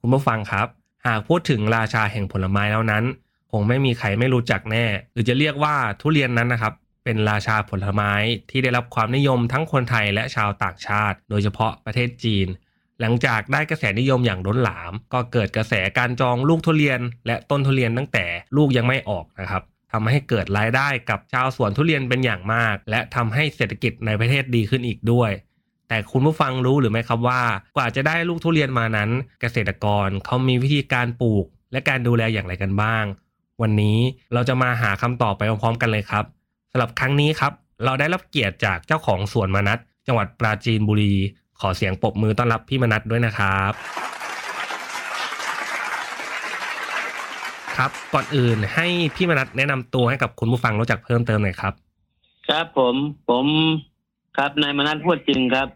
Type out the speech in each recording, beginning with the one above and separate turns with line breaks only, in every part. คุณผู้ฟังครับ หากพูดถึงราชาแห่งผลไม้แล้วนั้น คงไม่มีใครไม่รู้จักแน่ หรือจะเรียกว่าทุเรียนนั้นนะครับ เป็นราชาผลไม้ที่ได้รับความนิยมทั้งคนไทยและชาวต่างชาติ โดยเฉพาะประเทศจีน หลังจากได้กระแสนิยมอย่างล้นหลาม ก็เกิดกระแสการจองลูกทุเรียน และต้นทุเรียนตั้งแต่ลูกยังไม่ออกนะครับทำให้เกิดรายได้กับชาวสวนทุเรียนเป็นอย่างมาก และทำให้เศรษฐกิจในประเทศดีขึ้นอีกด้วย แต่คุณผู้ฟังรู้หรือไม่ครับว่ากว่าจะได้ลูกทุเรียนมานั้น เกษตรกรเขามีวิธีการปลูก และการดูแลอย่างไรกันบ้าง วันนี้เราจะมาหาคำตอบไปพร้อมๆกันเลยครับสำหรับครั้งนี้ครับ เราได้รับเกียรติจากเจ้าของสวนมนัสจังหวัดปราจีนบุรี ขอเสียงปรบมือต้อนรับพี่มนัสด้วยนะครับ ครับก่อนอื่นให้พี่มนัสแนะนำตัวให้กับคุณผู้ฟังรู้จักเพิ่มเติมหน่อยครับ
ครับผมผมครับนายมนัสพูดจริงครับ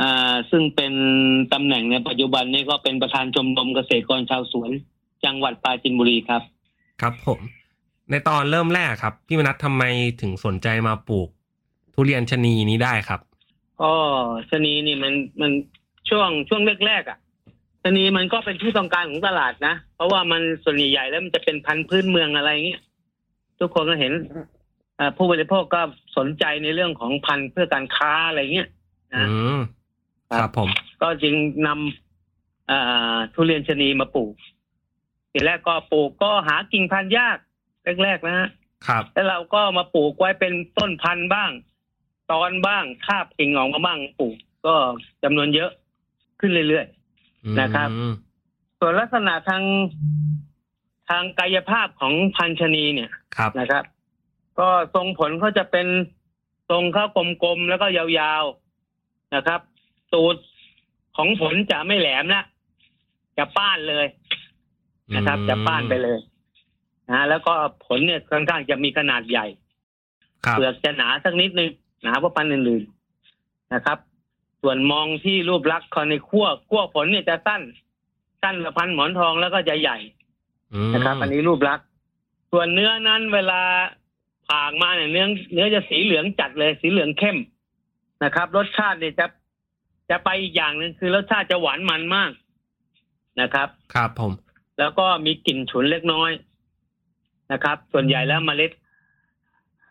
อ่า ซึ่งเป็นตำแหน่งในปัจจุบันนี้ก็เป็นประธานชมรมเกษตรกรชาวสวน จังหวัดปราจีนบุรีครับ
ครับผม ในตอนเริ่มแรกครับ พี่มนัททำไมถึงสนใจมาปลูก ทุเรียนชะนีนี้ได้ครับ
ก็ชะนีนี่มันมันช่วงช่วงแรกๆอ่ะชะนีมันก็เป็นที่ต้องการของตลาดนะ เพราะว่ามันส่วนใหญ่ๆแล้วมันจะเป็นพันธุ์พื้นเมืองอะไรเงี้ยทุกคนก็เห็นอ่าผู้บริโภคก็สนใจในเรื่องของพันธุ์เพื่อการค้าอะไรเงี้ยนะ
อืม
ครับ
ครับผม
ก็จึงนำอ่าทุเรียนชะนีมาปลูกทีแรกก็ปลูกก็หากิ่งพันธุ์ยากแรกๆนะฮะ
ครับ
แล้วเราก็มาปลูกไว้เป็นต้นพันธุ์บ้าง ตอนบ้างคาบกิ่งออกมาบ้างปลูก ก็จำนวนเยอะขึ้นเรื่อย
อืม
นะครับ ๆ ส่วนลักษณะทางทางกายภาพของพันธุ์ชะนีเนี่ย
ครับ
นะครับ ก็ทรงผลก็จะเป็นทรงเข้ากลมๆแล้วก็ยาวๆนะครับ ตูดของผลจะไม่แหลมละจะป้านเลยนะครับ
อืม
จะป้านไปเลยนะแล้วก็ผลเนี่ยค่อนข้างจะมีขนาดใหญ่
ครับ
เปลือกจะหนาสักนิดนึงหนากว่าพันธุ์อื่นๆนะครับ ส่วนมองที่รูปลักษณ์คอนในขั้วขั้วผลเนี่ยจะสั้น สั้นกว่าพันธุ์หมอนทองแล้วก็จะใหญ่
อืม
นะครับอันนี้รูปลักษณ์ส่วนเนื้อนั้นเวลาผ่าออกมาเนี่ยเนื้อเนื้อจะสีเหลืองจัดเลยสีเหลืองเข้มนะครับ รสชาติเนี่ยจะจะไปอีกอย่างหนึ่งคือรสชาติจะหวานมันมากนะครับ
ครับผม
แล้วก็มีกลิ่นฉุนเล็กน้อยนะครับ ส่วนใหญ่แล้วเมล็ด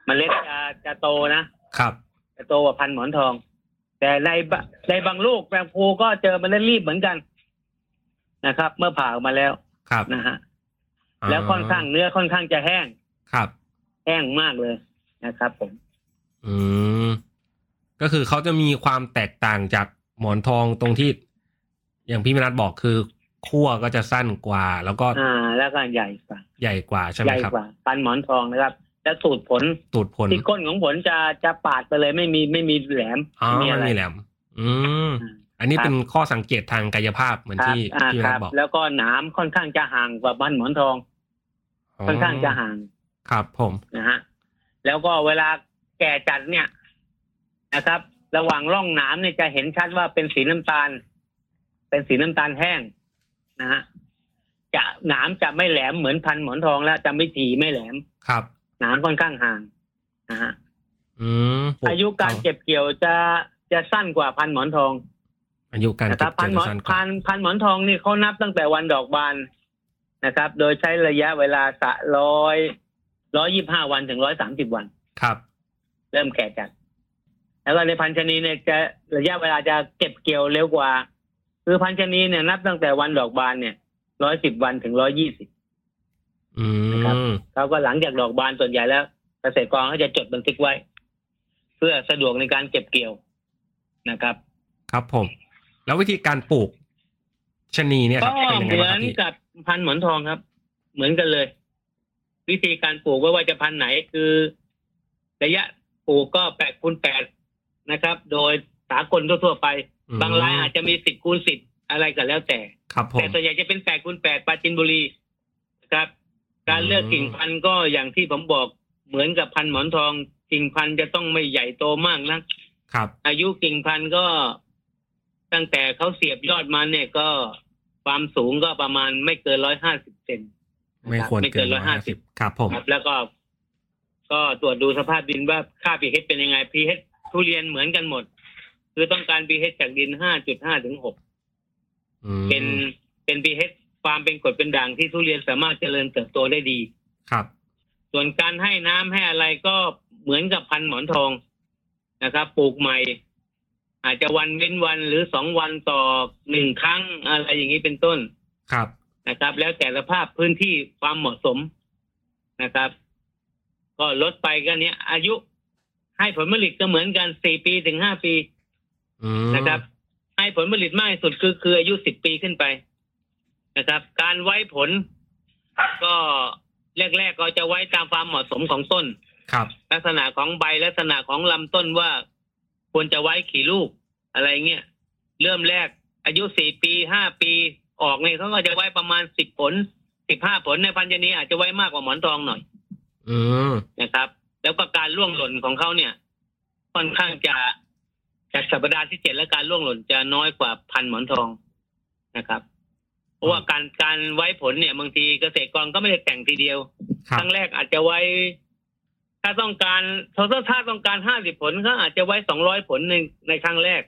เมล็ดจะจะโตนะ
ครับ
จะโตกว่าพันหมอนทอง แต่ในบะในบางลูกแมงภูก็เจอเมล็ดรีบเหมือนกันนะครับ เมื่อผ่าออกมาแล้ว
ครับ
นะฮะ แล้วค่อนข้างเนื้อค่อนข้างจะแห้ง
ครับ
แห้งมากเลยนะครับ ผม
อืม ก็คือเขาจะมีความแตกต่างจากหมอนทองตรงที่ อย่างพี่มนัทบอกคือขั้วก็จะสั้นกว่า แล้วก็
อ่า แล้วก็ใหญ่กว่า
ใหญ่กว่าใช่ไห
ให
ม
ญ่
ครับ
กว่าปันหมอนทองนะครับ แล้วสูตรผล
ตูดผล
ที่ก้นของผลจะจะปาดไปเลยไม่มีไม่มีแหลม
อ๋อ
ไม่มี
มั
อะ
น
ไร
มีแหลม อืม
อืม
อันนี้เป็นข้อสังเกตทางกายภาพเหมือน
ครับ
ที่
อ่า
พี่ม
ค
นั
รั
ท
บ
บอก
แล้วก็หนามค่อนข้างจะห่างกว่าปันหมอนทอง ค่อนข้างจะห่าง
ครับ ผม
นะฮะแล้วก็เวลาแก่จัดเนี่ยนะครับ ระหว่างร่องหนามเนี่ยจะเห็นชัดว่าเป็นสีน้ำตาล เป็นสีน้ำตาลแห้งนะฮะจะหนามจะไม่แหลมเหมือนพันหมอนทองแล้วจะไม่ถีไม่แหลม
ครับ
หนามค่อนข้างห่างนะฮะ
อืมปลู
อายุการเก็บเกี่ยวจะจะสั้นกว่าพันหมอนทอง
อายุการ
นะ
เก็บ
ครับ พันหมอ
เกี่ยวน สั้นกว่า
พันพันหมอนทองนี่เขานับตั้งแต่วันดอกบานนะครับ โดยใช้ระยะเวลาสะร้อยร้อยยี่ห้าวันถึงร้อยสามสิบวัน
ครับ
เริ่มแก่จัด แล้วก็ในพันชะนีเนี่ยจะระยะเวลาจะเก็บเกี่ยวเร็วกว่า คือพันชะนีเนี่ยนับตั้งแต่วันดอกบานเนี่ยร้อยสิบวันถึงร้อยยี่สิบ
อื
นะครับ
ม
เขาก็หลังจากดอกบานส่วนใหญ่แล้วเกษตรกรเขาจะจดบันทึกไว้ เพื่อสะดวกในการเก็บเกี่ยวนะครับ
ครับผม แล้ววิธีการปลูก ชะนีเนี่ยค
ก็
รับเป็นยังไง
เหมื
บ้างค
อ
รั
น
บพี่
กับพันธุ์หมอนทองครับ เหมือนกันเลย วิธีการปลูกว่าว่าจะพันธุ์ไหนคือ ระยะปลูกก็แปดคูณแปดนะครับ โดยสากลทั่วๆไป บางรายอาจจะมีสิบคูณสิบอะไรก็แล้วแต่
ครับผม
แต่ส่วนใหญ่จะเป็นแปดคูณแปดปราจินบุรีนะครับ การ
อืม
เลือกกิ่งพันธุ์ก็อย่างที่ผมบอกเหมือนกับพันธุ์หมอนทอง กิ่งพันธุ์จะต้องไม่ใหญ่โตมากนัก
ครับ
อายุกิ่งพันธุ์ก็ตั้งแต่เขาเสียบยอดมันเนี่ยก็ความสูงก็ประมาณไม่เกินร้อยห้าสิบเซน
ไม่ควร
ไม่เกิ
เกิน
น
ร้อยห้าสิบ
150
ครับผม
ครับ แล้วก็ ก็ตรวจดูสภาพดินว่าค่า pH เป็นยังไง pH ทุเรียนเหมือนกันหมด คือต้องการ pH จากดิน 5.5 ถึง 6
อืม
เป็นเป็น pH ความเป็นกรดเป็นด่างที่ทุเรียนสามารถเจริญเติบโตได้ดี
ครับ
ส่วนการให้น้ำให้อะไรก็เหมือนกับพันธุ์หมอนทองนะครับ ปลูกใหม่ อาจจะวันเว้นวันหรือสองวันต่อหนึ่งครั้งอะไรอย่างนี้เป็นต้น
ครับ
นะครับ แล้วแต่สภาพพื้นที่ความเหมาะสมนะครับ ก็ลดไปก็เนี้ยอายุให้ผลผลิตก็เหมือนกันสี่ปีถึงห้าปี
อืม
นะครับ ให้ผลผลิตมากที่สุดคือคืออายุสิบปีขึ้นไปนะครับ การไว้ผล ก็แรกๆก็จะไว้ตามความเหมาะสมของต้น
ครับ
ลักษณะของใบลักษณะของลำต้นว่าควรจะไว้ขี่ลูกอะไรเงี้ยเริ่มแรกอายุสี่ปีห้าปีออกเนี่ยเขาก็จะไว้ประมาณสิบผลสิบห้าผลในพันธุ์ชะนีอาจจะไว้มากกว่าหมอนทองหน่อย
อืม
นะครับ แล้วก็การล่วงหล่นของเขาเนี่ย ค่อนข้างจะจากสัปดาห์ที่เจ็ดและการล่วงหล่นจะน้อยกว่าพันธุ์หมอนทองนะครับ เพราะว่าการการไว้ผลเนี่ยบางทีเกษตรกรก็ไม่ได้แต่งทีเดียว
ครั
ค
บ
รั้งแรกอาจจะไว้ ถ้าต้องการถ้าถ้าต้องการห้าสิบผลก็อาจจะไว้สองร้อยผลหนึ่งในครั้งแรก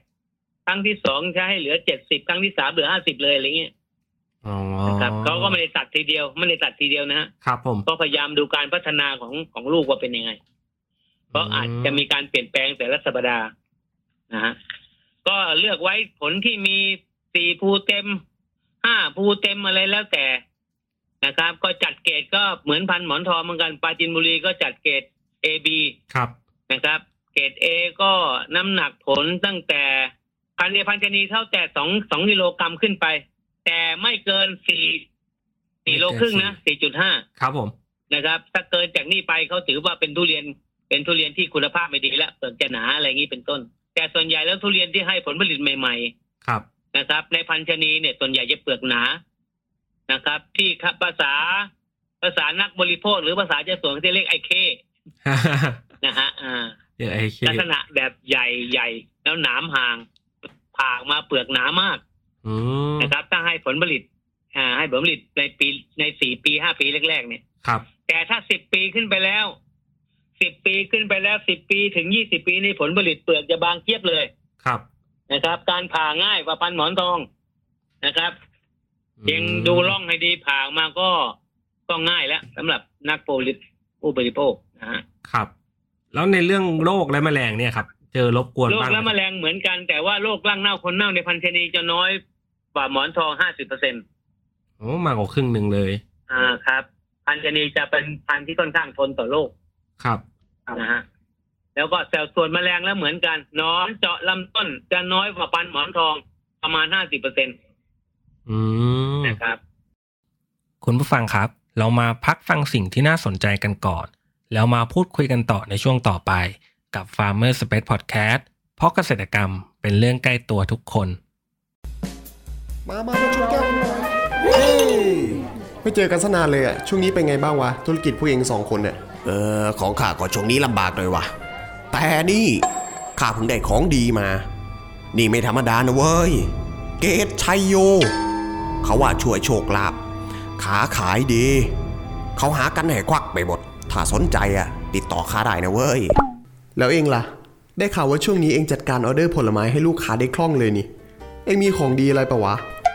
ครั้งที่สองจะให้เหลือเจ็ดสิบครั้งที่สามเหลือห้าสิบเลยอะไรเงี้ย
อ๋อ
นะครับเขาก็ไม่ได้ตัดทีเดียวไม่ได้ตัดทีเดียวนะฮะ
ครับผม
ก็พยายามดูการพัฒนาของของลูกว่าเป็นยังไง เพราะอาจจะมีการเปลี่ยนแปลงแต่ละสัปดาห์นะฮะก็เลือกไว้ผลที่มีสี่ภูเต็มห้าภูเต็มอะไรแล้วแต่นะครับ ก็จัดเกรดก็เหมือนพันหมอนทองเหมือนกันปราจินบุรีก็จัดเกรด A B
ครับ
นะครับ เกรด A ก็น้ำหนักผลตั้งแต่พันเอพันชะนีเท่าแต่สองสองกิโลกรัมขึ้นไป แต่ไม่เกินสี่สี่โลครึ่งนะสี่จุดห้า
ครับผม
นะครับ ถ้าเกินจากนี้ไปเขาถือว่าเป็นทุเรียนเป็นทุเรียนที่คุณภาพไม่ดีแล้วเปลือกจะหนาอะไรอย่างนี้เป็นต้น แต่ส่วนใหญ่แล้วทุเรียนที่ให้ผลผลิตใหม่
ครับ
ๆนะครับ ในพันธุ์ชะนีเนี่ยส่วนใหญ่จะเปลือกหนานะครับ ที่ครับภาษาภาษานักบริโภคหรือภาษาเจ้าสวนเขาจะเรียกไอเคนะฮะอ่า
เดี๋ยวไอเค
ลักษณะแบบใหญ่ใหญ่แล้วหนามห่างผ่าออกมาเปลือกหนามาก
อืม
นะครับ ถ้าให้ผลผลิตอ่าให้ผลผลิตในปีในสี่ปีห้าปีแรกๆเนี่ย
ครับ
แต่ถ้าสิบปีขึ้นไปแล้วสิบปีขึ้นไปแล้วสิบปีถึงยี่สิบปีนี่ผลผลิตเปลือกจะบางเทียบเลย
ครับ
นะครับ การผ่าง่ายกว่าพันหมอนทองนะครับ
อืม
เพียงดูร่องให้ดีผ่าออกมาก็ก็ง่ายแล้วสำหรับนักโปลิตผู้บริโภคนะฮะ
ครับ แล้วในเรื่องโรคและแมลงเนี่ยครับ เจอรบกวน
โรค
บ้างไห
และแมลงเหมือนกัน แต่ว่าโรคร่างเน่าคนเน่าในพันชนีจะน้อยกว่าหมอนทองห้าสิบเปอร์เซ็นต์
โอ้มากกว่าครึ่งหนึ่งเลย
อ่าครับ พันชนีจะเป็นพันธุ์ที่ค่อนข้างทนต่อโรค
ครับ
นะฮะแล้วก็แซวส่วนแมลงแล้วเหมือนกันหนอนเจาะลำต้นจะน้อยกว่าปันหมอนทองประมาณห้าสิบเปอร์เซ็นต์
อืม
นะครับ
คุณผู้ฟังครับ เรามาพักฟังสิ่งที่น่าสนใจกันก่อน แล้วมาพูดคุยกันต่อในช่วงต่อไป กับ Farmer Space Podcast เพราะเกษตรกรรมเป็นเรื่องใกล้ตัวทุกคน
มามามาชนแก้วหน่อยเฮ้ยไม่เจอกันสนานเลยอะช่วงนี้เป็นไงบ้างวะ ธุรกิจผู้เองสองคนเนี่ย
เออของข้าก็ช่วงนี้ลำบากหน่อยวะแต่นี่ข้าเพิ่งได้ของดีมา นี่ไม่ธรรมดานะเว้ย เกตชัยโย เขาว่าช่วยโชคลาภขาขายดี เขาหากันให้ควักไปหมด ถ้าสนใจอะติดต่อข้าได้นะเว้ย
แล้วเองล่ะ ได้ข่าวว่าช่วงนี้เองจัดการออเดอร์ผลไม้ให้ลูกค้าได้คล่องเลยนี่ เองมีของดีอะไรปะวะ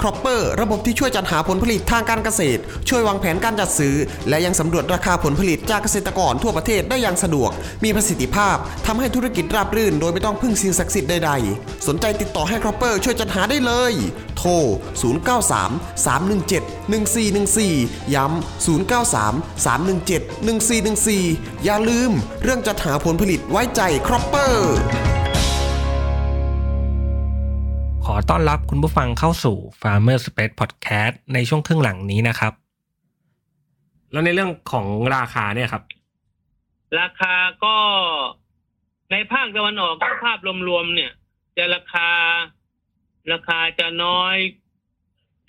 ครอปเปอร์ระบบที่ช่วยจัดหาผลผลิตทางการเกษตร ช่วยวางแผนการจัดซื้อ และยังสำรวจราคาผลผลิตจากเกษตรกรทั่วประเทศได้อย่างสะดวก มีประสิทธิภาพทำให้ธุรกิจราบรื่น โดยไม่ต้องพึ่งสิ่งศักดิ์สิทธิ์ใดๆ สนใจติดต่อให้ครอปเปอร์ช่วยจัดหาได้เลย โทร 0933171414 ย้ำ0933171414 อย่าลืม เรื่องจัดหาผลผลิตไว้ใจครอปเปอร์
ขอต้อนรับคุณผู้ฟังเข้าสู่ Farmer Space Podcast ในช่วงครึ่งหลังนี้นะครับ แล้วในเรื่องของราคาเนี่ยครับ
ราคาก็ในภาคตะวันออกก็ภาพรวมๆเนี่ย จะราคา ราคาจะน้อย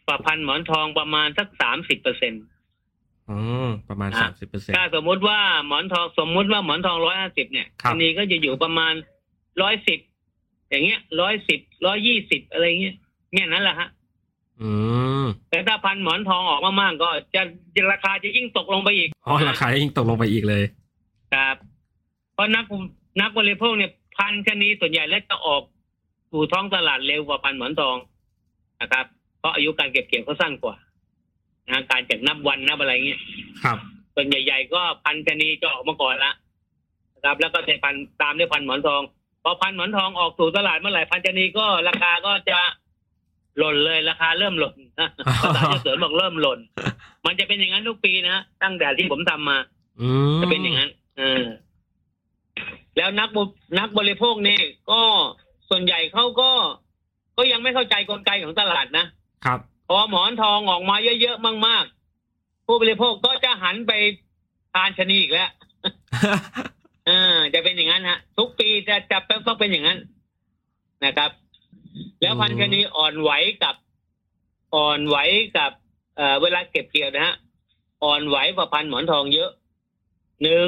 กว่าพันหมอนทองประมาณสักสามสิบเปอร์เซ็นต์
อืมประมาณ
อ่ะ
สามสิบเปอร์เซ็นต์
ถ้าสมมุติว่าหมอนทองสมมุติว่าหมอนทองร้อยห้าสิบเนี่ย
ครับ
นี้ก็จะอยู่ประมาณร้อยสิบอย่างเงี้ยร้อยสิบร้อยี่สิบอะไรเงี้ยเนี่ยนั่นแหละฮะ
อืม
แต่ถ้าพันหมอนทองออกมากๆก็จะจะราคาจะยิ่งตกลงไปอีก
อ๋อราคายิ่งตกลงไปอีกเลย
ครับเพราะนักนักบริโภคเนี่ยพันชนีส่วนใหญ่แล้วจะออกสู่ท้องตลาดเร็วกว่าพันหมอนทองนะครับ เพราะอายุการเก็บเกี่ยวเขาสั้นกว่านะการจากนับวันนับอะไรเงี้ย
ครับ
ส่วนใหญ่ๆก็พันชนีจะออกมาก่อนละนะครับ แล้วก็จะพันตามด้วยพันหมอนทอง พอพันหมอนทองออกสู่ตลาดเมื่อไหร่พันชนีก็ราคาก็จะหล่นเลยราคาเริ่มหล่นนะ
อ๋อ
ภาษาเสริมบอกเริ่มหล่น มันจะเป็นอย่างนั้นทุกปีนะ ตั้งแต่ที่ผมทำมา
อืม
จะเป็นอย่างนั้นเออแล้วนักบนักบริโภคเนี่ยก็ส่วนใหญ่เขาก็ ก็ยังไม่เข้าใจกลไกของตลาดนะ
ครับ
พอหมอนทองออกมาเยอะๆมาก ๆ ผู้บริโภคก็จะหันไปทานชะนีอีกแล้วเออจะเป็นอย่างนั้นฮะ ทุกปีจะจะต้องเป็นอย่างนั้นนะครับ แล้วพันชะนีอ่อนไหวกับ อ่อนไหวกับเอ่อเวลาเก็บเกี่ยวนะฮะอ่อนไหวกว่าพันหมอนทองเยอะหนึ่ง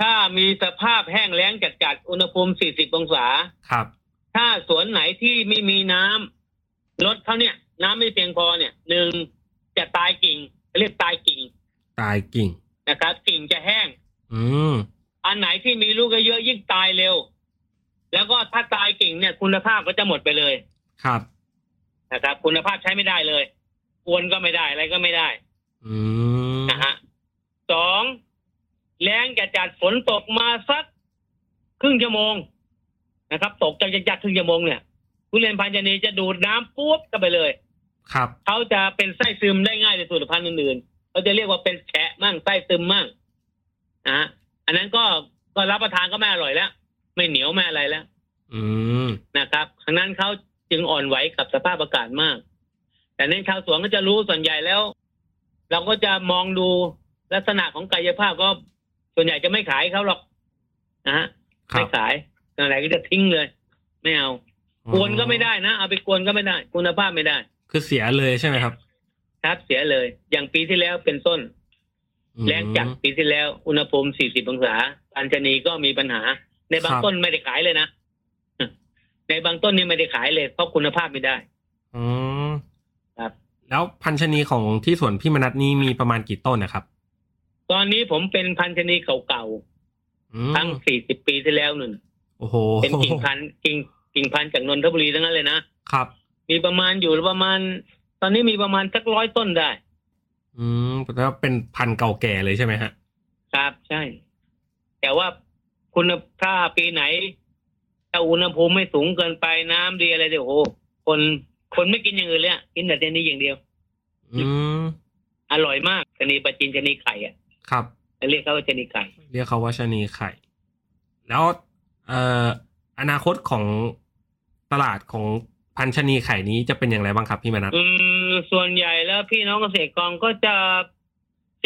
ถ้ามีสภาพแห้งแล้งจัดๆอุณหภูมิ 40 องศา
ครับ
ถ้าสวนไหนที่ไม่มีน้ำรถเขาเนี่ย น้ำไม่เพียงพอเนี่ยหนึ่งจะตายกิ่งเรียกตายกิ่ง
ตายกิ่ง
นะครับ กิ่งจะแห้ง
อืม
อันไหนที่มีลูกเยอะๆยิ่งตายเร็ว แล้วก็ถ้าตายกิ่งเนี่ย คุณภาพก็จะหมดไปเลย
ครับ
นะครับ คุณภาพใช้ไม่ได้เลยอวนก็ไม่ได้อะไรก็ไม่ได้
อืม
นะฮะสองแรงจะจัดฝนตกมาสักครึ่งชั่วโมงนะครับ ตกจะจัดๆครึ่งชั่วโมงเนี่ยทุเรียนพันธุ์ชะนีจะดูดน้ำปุ๊บก็ไปเลย
ครับ
เขาจะเป็นไส้ซึมได้ง่ายในส่วนพันธุ์อื่นๆเขาจะเรียกว่าเป็นแฉะมั่งไส้ซึมมั่งนะฮะอันนั้นก็ก็รับประทานก็ไม่อร่อยแล้ว ไม่เหนียวไม่อะไรแล้ว
อืม
นะครับฉะนั้นเขาจึงอ่อนไหวกับสภาพอากาศมาก แต่ในนชาวสวนก็จะรู้ส่วนใหญ่แล้ว เราก็จะมองดูลักษณะของกายภาพก็ส่วนใหญ่จะไม่ขายเขาหรอกนะฮะ
ครั
ไม่
บ
ขายอะไรก็จะทิ้งเลย ไม่เอากวนก็ไม่ได้นะเอาไปกวนก็ไม่ได้ คุณภาพไม่ได้
คือเสียเลยใช่ไหมครับ
ครับเสียเลย อย่างปีที่แล้วเป็นต้น
อืม
แรงจากปีที่แล้ว อุณหภูมิ 40 องศาอัญชนีก็มีปัญหา ในบาง
ครับ
ต้นไม่ได้ขายเลยนะ ในบางต้นนี่ไม่ได้ขายเลย เพราะคุณภาพไม่ได้
อืม
ครับ
แล้วพันชนีของที่สวนพี่มนัทนี้มีประมาณกี่ต้นนะครับ
ตอนนี้ผมเป็นพันชนีเก่า
อืม
ๆ ทั้ง 40 ปีที่แล้วนึ่น
โอ้โห
เป็นกิ่งพันธุ์กิ่งกิ่งพันธุ์จากนนทบุรีทั้งนั้นเลยนะ
ครับ
มีประมาณอยู่ประมาณ ตอนนี้มีประมาณสักร้อยต้นได้
อืมแปลว่าเป็นพันธุ์เก่าแก่เลยใช่ไหมฮะ
ครับใช่ แต่ว่าคุณถ้าปีไหนถ้าอุณหภูมิไม่สูงเกินไปน้ำดีอะไรเดี๋ยวโอ้โหคนคนไม่กินอย่างอื่นเลยอะกินแต่เจนี่อย่างเดียว
อืม
อร่อยมากชะนีปลาจีนชะนีไข่อะ
ครับ
เรียกเขาว่าชะนีไข่
เรียกเขาว่าชะนีไข่ แล้วเอ่ออนาคตของตลาดของพันธุ์ชะนีไข่นี้จะเป็นอย่างไรบ้างครับพี่มนัท
อืมส่วนใหญ่แล้วพี่น้องเกษตรกรก็จะ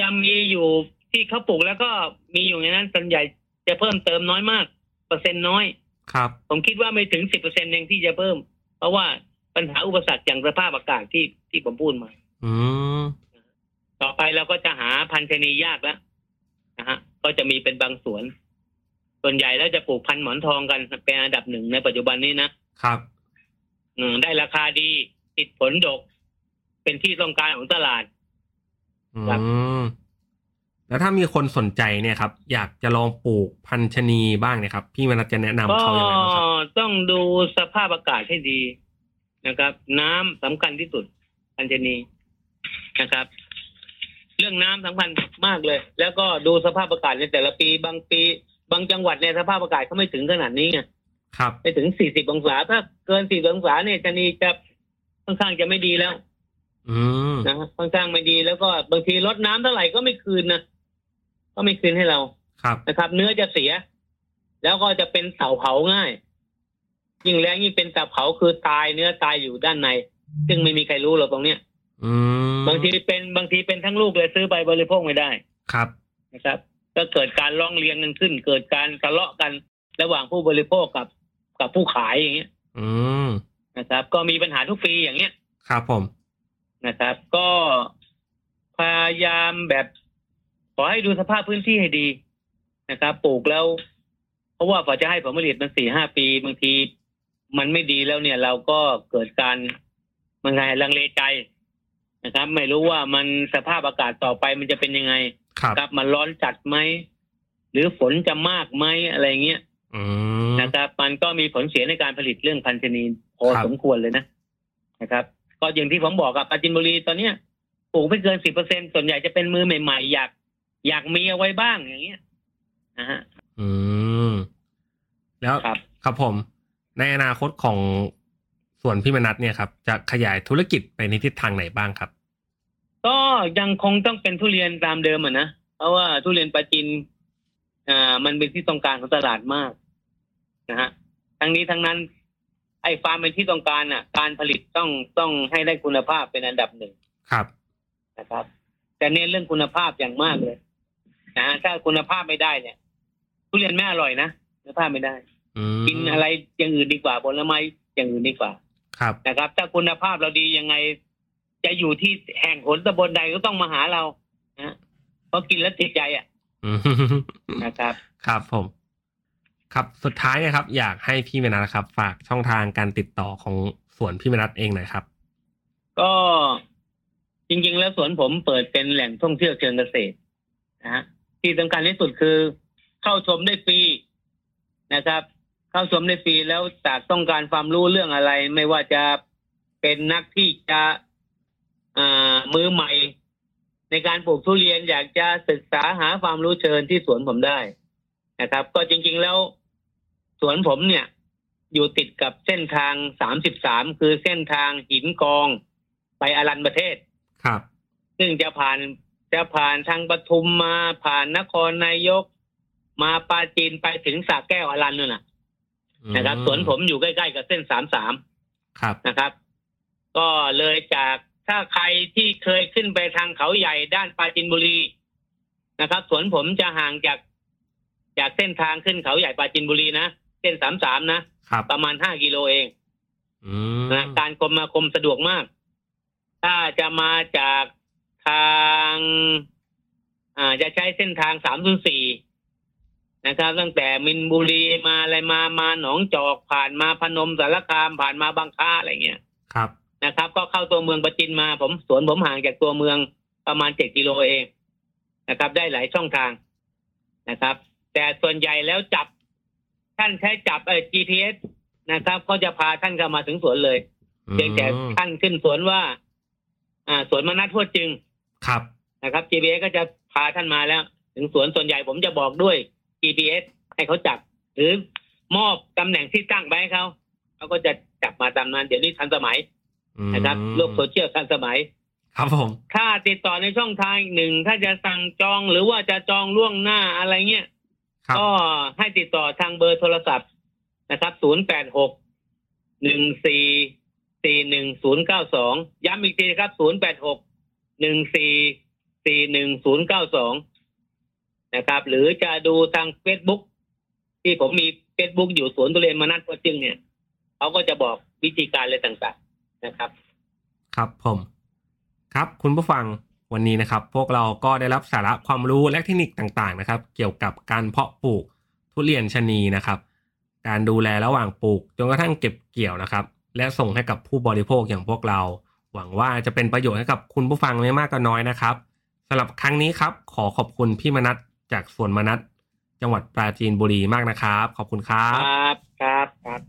จะมีอยู่ที่เขาปลูกแล้วก็มีอยู่ในนั้นส่วนใหญ่จะเพิ่มเติมน้อยมาก เปอร์เซ็นต์น้อย
ครับ
ผมคิดว่าไม่ถึงสิบเปอร์เซ็นต์เองที่จะเพิ่ม เพราะว่าปัญหาอุปสรรคอย่างสภาพอากาศที่ที่ผมพูดมา
อืม
ต่อไปเราก็จะหาพันธุ์ชะนียากแล้วนะฮะ ก็จะมีเป็นบางสวน ส่วนใหญ่แล้วจะปลูกพันธุ์หมอนทองกันเป็นอันดับหนึ่งในปัจจุบันนี้นะครับ อืมได้ราคาดีติดผลดก เป็นที่ต้องการของตลาด
อื
ครับ
มแล้วถ้ามีคนสนใจเนี่ยครับ อยากจะลองปลูกพันธุ์ชะนีบ้างเนี่ยครับ พี่มนัทจะแนะนำ
ก็
เขายังไงบ้างครับ
ต้องดูสภาพอากาศให้ดีนะครับ น้ำสำคัญที่สุด อัญชนีนะครับ เรื่องน้ำสำคัญมากเลย แล้วก็ดูสภาพอากาศในแต่ละปี บางปี บางจังหวัดในยสภาพอากาศเขาไม่ถึงขนาดนี้ไง
ครับ
ไม่ถึง 40 องศา ถ้าเกิน 40 องศาเนี่ยอัญชนีจะค่อนข้างจะไม่ดีแล้ว
อืม
นะฮะค่อนข้างไม่ดีแล้วก็บางทีลดน้ำเท่าไหร่ก็ไม่คืนนะก็ไม่คืนให้เรา
ครับ
นะครับ เนื้อจะเสีย แล้วก็จะเป็นเต่าเผาง่าย ยิ่งแรงยิ่งเป็นเต่าเผาคือตายเนื้อตายอยู่ด้านใน ซึ่งไม่มีใครรู้หรอกตรงเนี้ย
อืม
บางทีเป็นบางทีเป็นทั้งลูกเลยซื้อไปบริโภคไม่ได้
ครับ
นะครับ ก็เกิดการร้องเรียนกันขึ้น เกิดการทะเลาะกันระหว่างผู้บริโภคกับกับผู้ขายอย่างเงี้ย
อืม
นะครับ ก็มีปัญหาทุกปีอย่างเงี้ย
ครับผม
นะครับ ก็พยายามแบบ ขอให้ดูสภาพพื้นที่ให้ดีนะครับ ปลูกแล้ว เพราะว่าพอจะให้ผลผลิตมันสี่ห้าปี บางที มันไม่ดีแล้วเนี่ย เราก็เกิดการมันไงลังเลใจนะครับ ไม่รู้ว่ามันสภาพอากาศต่อไปมันจะเป็นยังไง
ครับ
ครับ มันร้อนจัดไหมหรือฝนจะมากไหมอะไรเงี้ย
อืม
นะครับ มันก็มีผลเสียในการผลิตเรื่องพันธุ์ชนีนพอ
ครับ
สมควรเลยนะนะครับ ก็อย่างที่ผมบอกกับปราจินบุรีตอนเนี้ยปลูกไม่เกินสิบเปอร์เซ็นส่วนใหญ่จะเป็นมือใหม่ๆ อยาก อยากมีเอาไว้บ้างอย่างเงี้ยนะฮะ
อืม แล้ว
ครับ
ครับผม ในอนาคตของส่วนพี่มนัทเนี่ยครับ จะขยายธุรกิจไปในทิศทางไหนบ้างครับ
ก็ยังคงต้องเป็นทุเรียนตามเดิมอ่ะนะเพราะว่าทุเรียนปลาจินอ่ามันเป็นที่ต้องการของตลาดมากนะฮะทั้งนี้ทั้งนั้น ไอ้ฟาร์มเป็นที่ต้องการอ่ะ การผลิตต้องต้องให้ได้คุณภาพเป็นอันดับหนึ่ง
ครับ
นะครับแต่เน้นเรื่องคุณภาพอย่างมากเลยนะฮะถ้าคุณภาพไม่ได้เนี่ยทุเรียนไม่อร่อยนะคุณภาพไม่ได้
อืม
กินอะไรอย่างอื่นดีกว่าผลไม้อย่างอื่นดีกว่า
ครับ
นะครับ ถ้าคุณภาพเราดียังไง จะอยู่ที่แห่งหนตำบลใดก็ต้องมาหาเรานะเพราะกินแล้วติดใจอ่ะ
อืม
นะครับ
ครับผม ครับสุดท้ายเนะครับ อยากให้พี่มนัทนะครับ ฝากช่องทางการติดต่อของส่วนพี่มนัทเองหน่อยครับ
ก็จริงๆ แล้วสวนผมเปิดเป็นแหล่งท่องเที่ยวเชิงเกษตรนะฮะที่สำคัญที่สุดคือเข้าชมได้ฟรีนะครับ เข้าชมได้ฟรีแล้วจากต้องการความรู้เรื่องอะไร ไม่ว่าจะเป็นนักที่จะเอ่อมือใหม่ ในการปลูกทุเรียนอยากจะศึกษาหาความรู้เชิญที่สวนผมได้นะครับ ก็จริงๆแล้วสวนผมเนี่ย อยู่ติดกับเส้นทาง 33 คือเส้นทางหินกอง ไปอารันประเทศ
ครับ
ซึ่งจะผ่านจะผ่านทางปทุมมาผ่านนครนายก มาปราจีนไปถึงสระแก้วอารันนู่นน่ะนะครับ
อื
สวนผมอยู่ใกล้ๆกับเส้น 33
ครับ
นะครับ ก็เลยจากถ้าใครที่เคยขึ้นไปทางเขาใหญ่ด้านปราจินบุรีนะครับ สวนผมจะห่างจากจากเส้นทางขึ้นเขาใหญ่ปราจินบุรีนะเส้น 33 นะ
ครับ
ประมาณ 5 กิโลเอง
อืม
นะการคมนาคมสะดวกมาก ถ้าจะมาจากทางอ่าจะใช้เส้นทาง 304 นะครับ ตั้งแต่มินบุรีมาอะไรมามาหนองจอกผ่านมาพนมสารคาม ผ่านมาบางคล้าอะไรเงี้ย
ครับ
นะครับ ก็เข้าตัวเมืองประจินมา ผมสวนผมห่างจากตัวเมืองประมาณ 7 กิโลเองนะครับ ได้หลายช่องทางนะครับ แต่ส่วนใหญ่แล้วจับท่านใช้จับเอ่อ GPS นะครับ ก็จะพาท่านเข้ามาถึงสวนเลย
อืม
เพียงแต่ท่านขึ้นสวนว่า อ่า สวนมนัดทั่วจึง
ครับ
นะครับ GPS ก็จะพาท่านมาแล้ว ถึงสวนส่วนใหญ่ผมจะบอกด้วย GPS ให้เขาจับ หรือมอบตำแหน่งที่ตั้งไปให้เขาเขาก็จะจับมาตามนั้น เดี๋ยวนี้ทันสมัย
อืม
นะครับโลกโซเชียลทันสมัย
ครับผม
ถ้าติดต่อในช่องทางอีกหนึ่ง ถ้าจะสั่งจองหรือว่าจะจองล่วงหน้าอะไรเงี้ย
ครับ
ก็ให้ติดต่อทางเบอร์โทรศัพท์นะครับ 086 1 4 4 1 0 9 2 ย้ำอีกทีครับ 086 1 4 4 1 0 9 2 นะครับ หรือจะดูทาง Facebook ที่ผมมี Facebook อยู่สวนตุเรนมานัดก็จึงเนี่ย เขาก็จะบอกวิธีการอะไรต่างๆนะครับ
ครับผม ครับคุณผู้ฟังวันนี้นะครับ พวกเราก็ได้รับสาระความรู้และเทคนิคต่างๆนะครับ เกี่ยวกับการเพาะปลูกทุเรียนชะนีนะครับ การดูแลระหว่างปลูกจนกระทั่งเก็บเกี่ยวนะครับ และส่งให้กับผู้บริโภคอย่างพวกเรา หวังว่าจะเป็นประโยชน์ให้กับคุณผู้ฟังไม่มากก็น้อยนะครับสำหรับครั้งนี้ครับ ขอขอบคุณพี่มนัทจากสวนมนัทจังหวัดปราจีนบุรีมากนะครับ ขอบคุณครั
ค
บ
รับ ครับ ครับ
「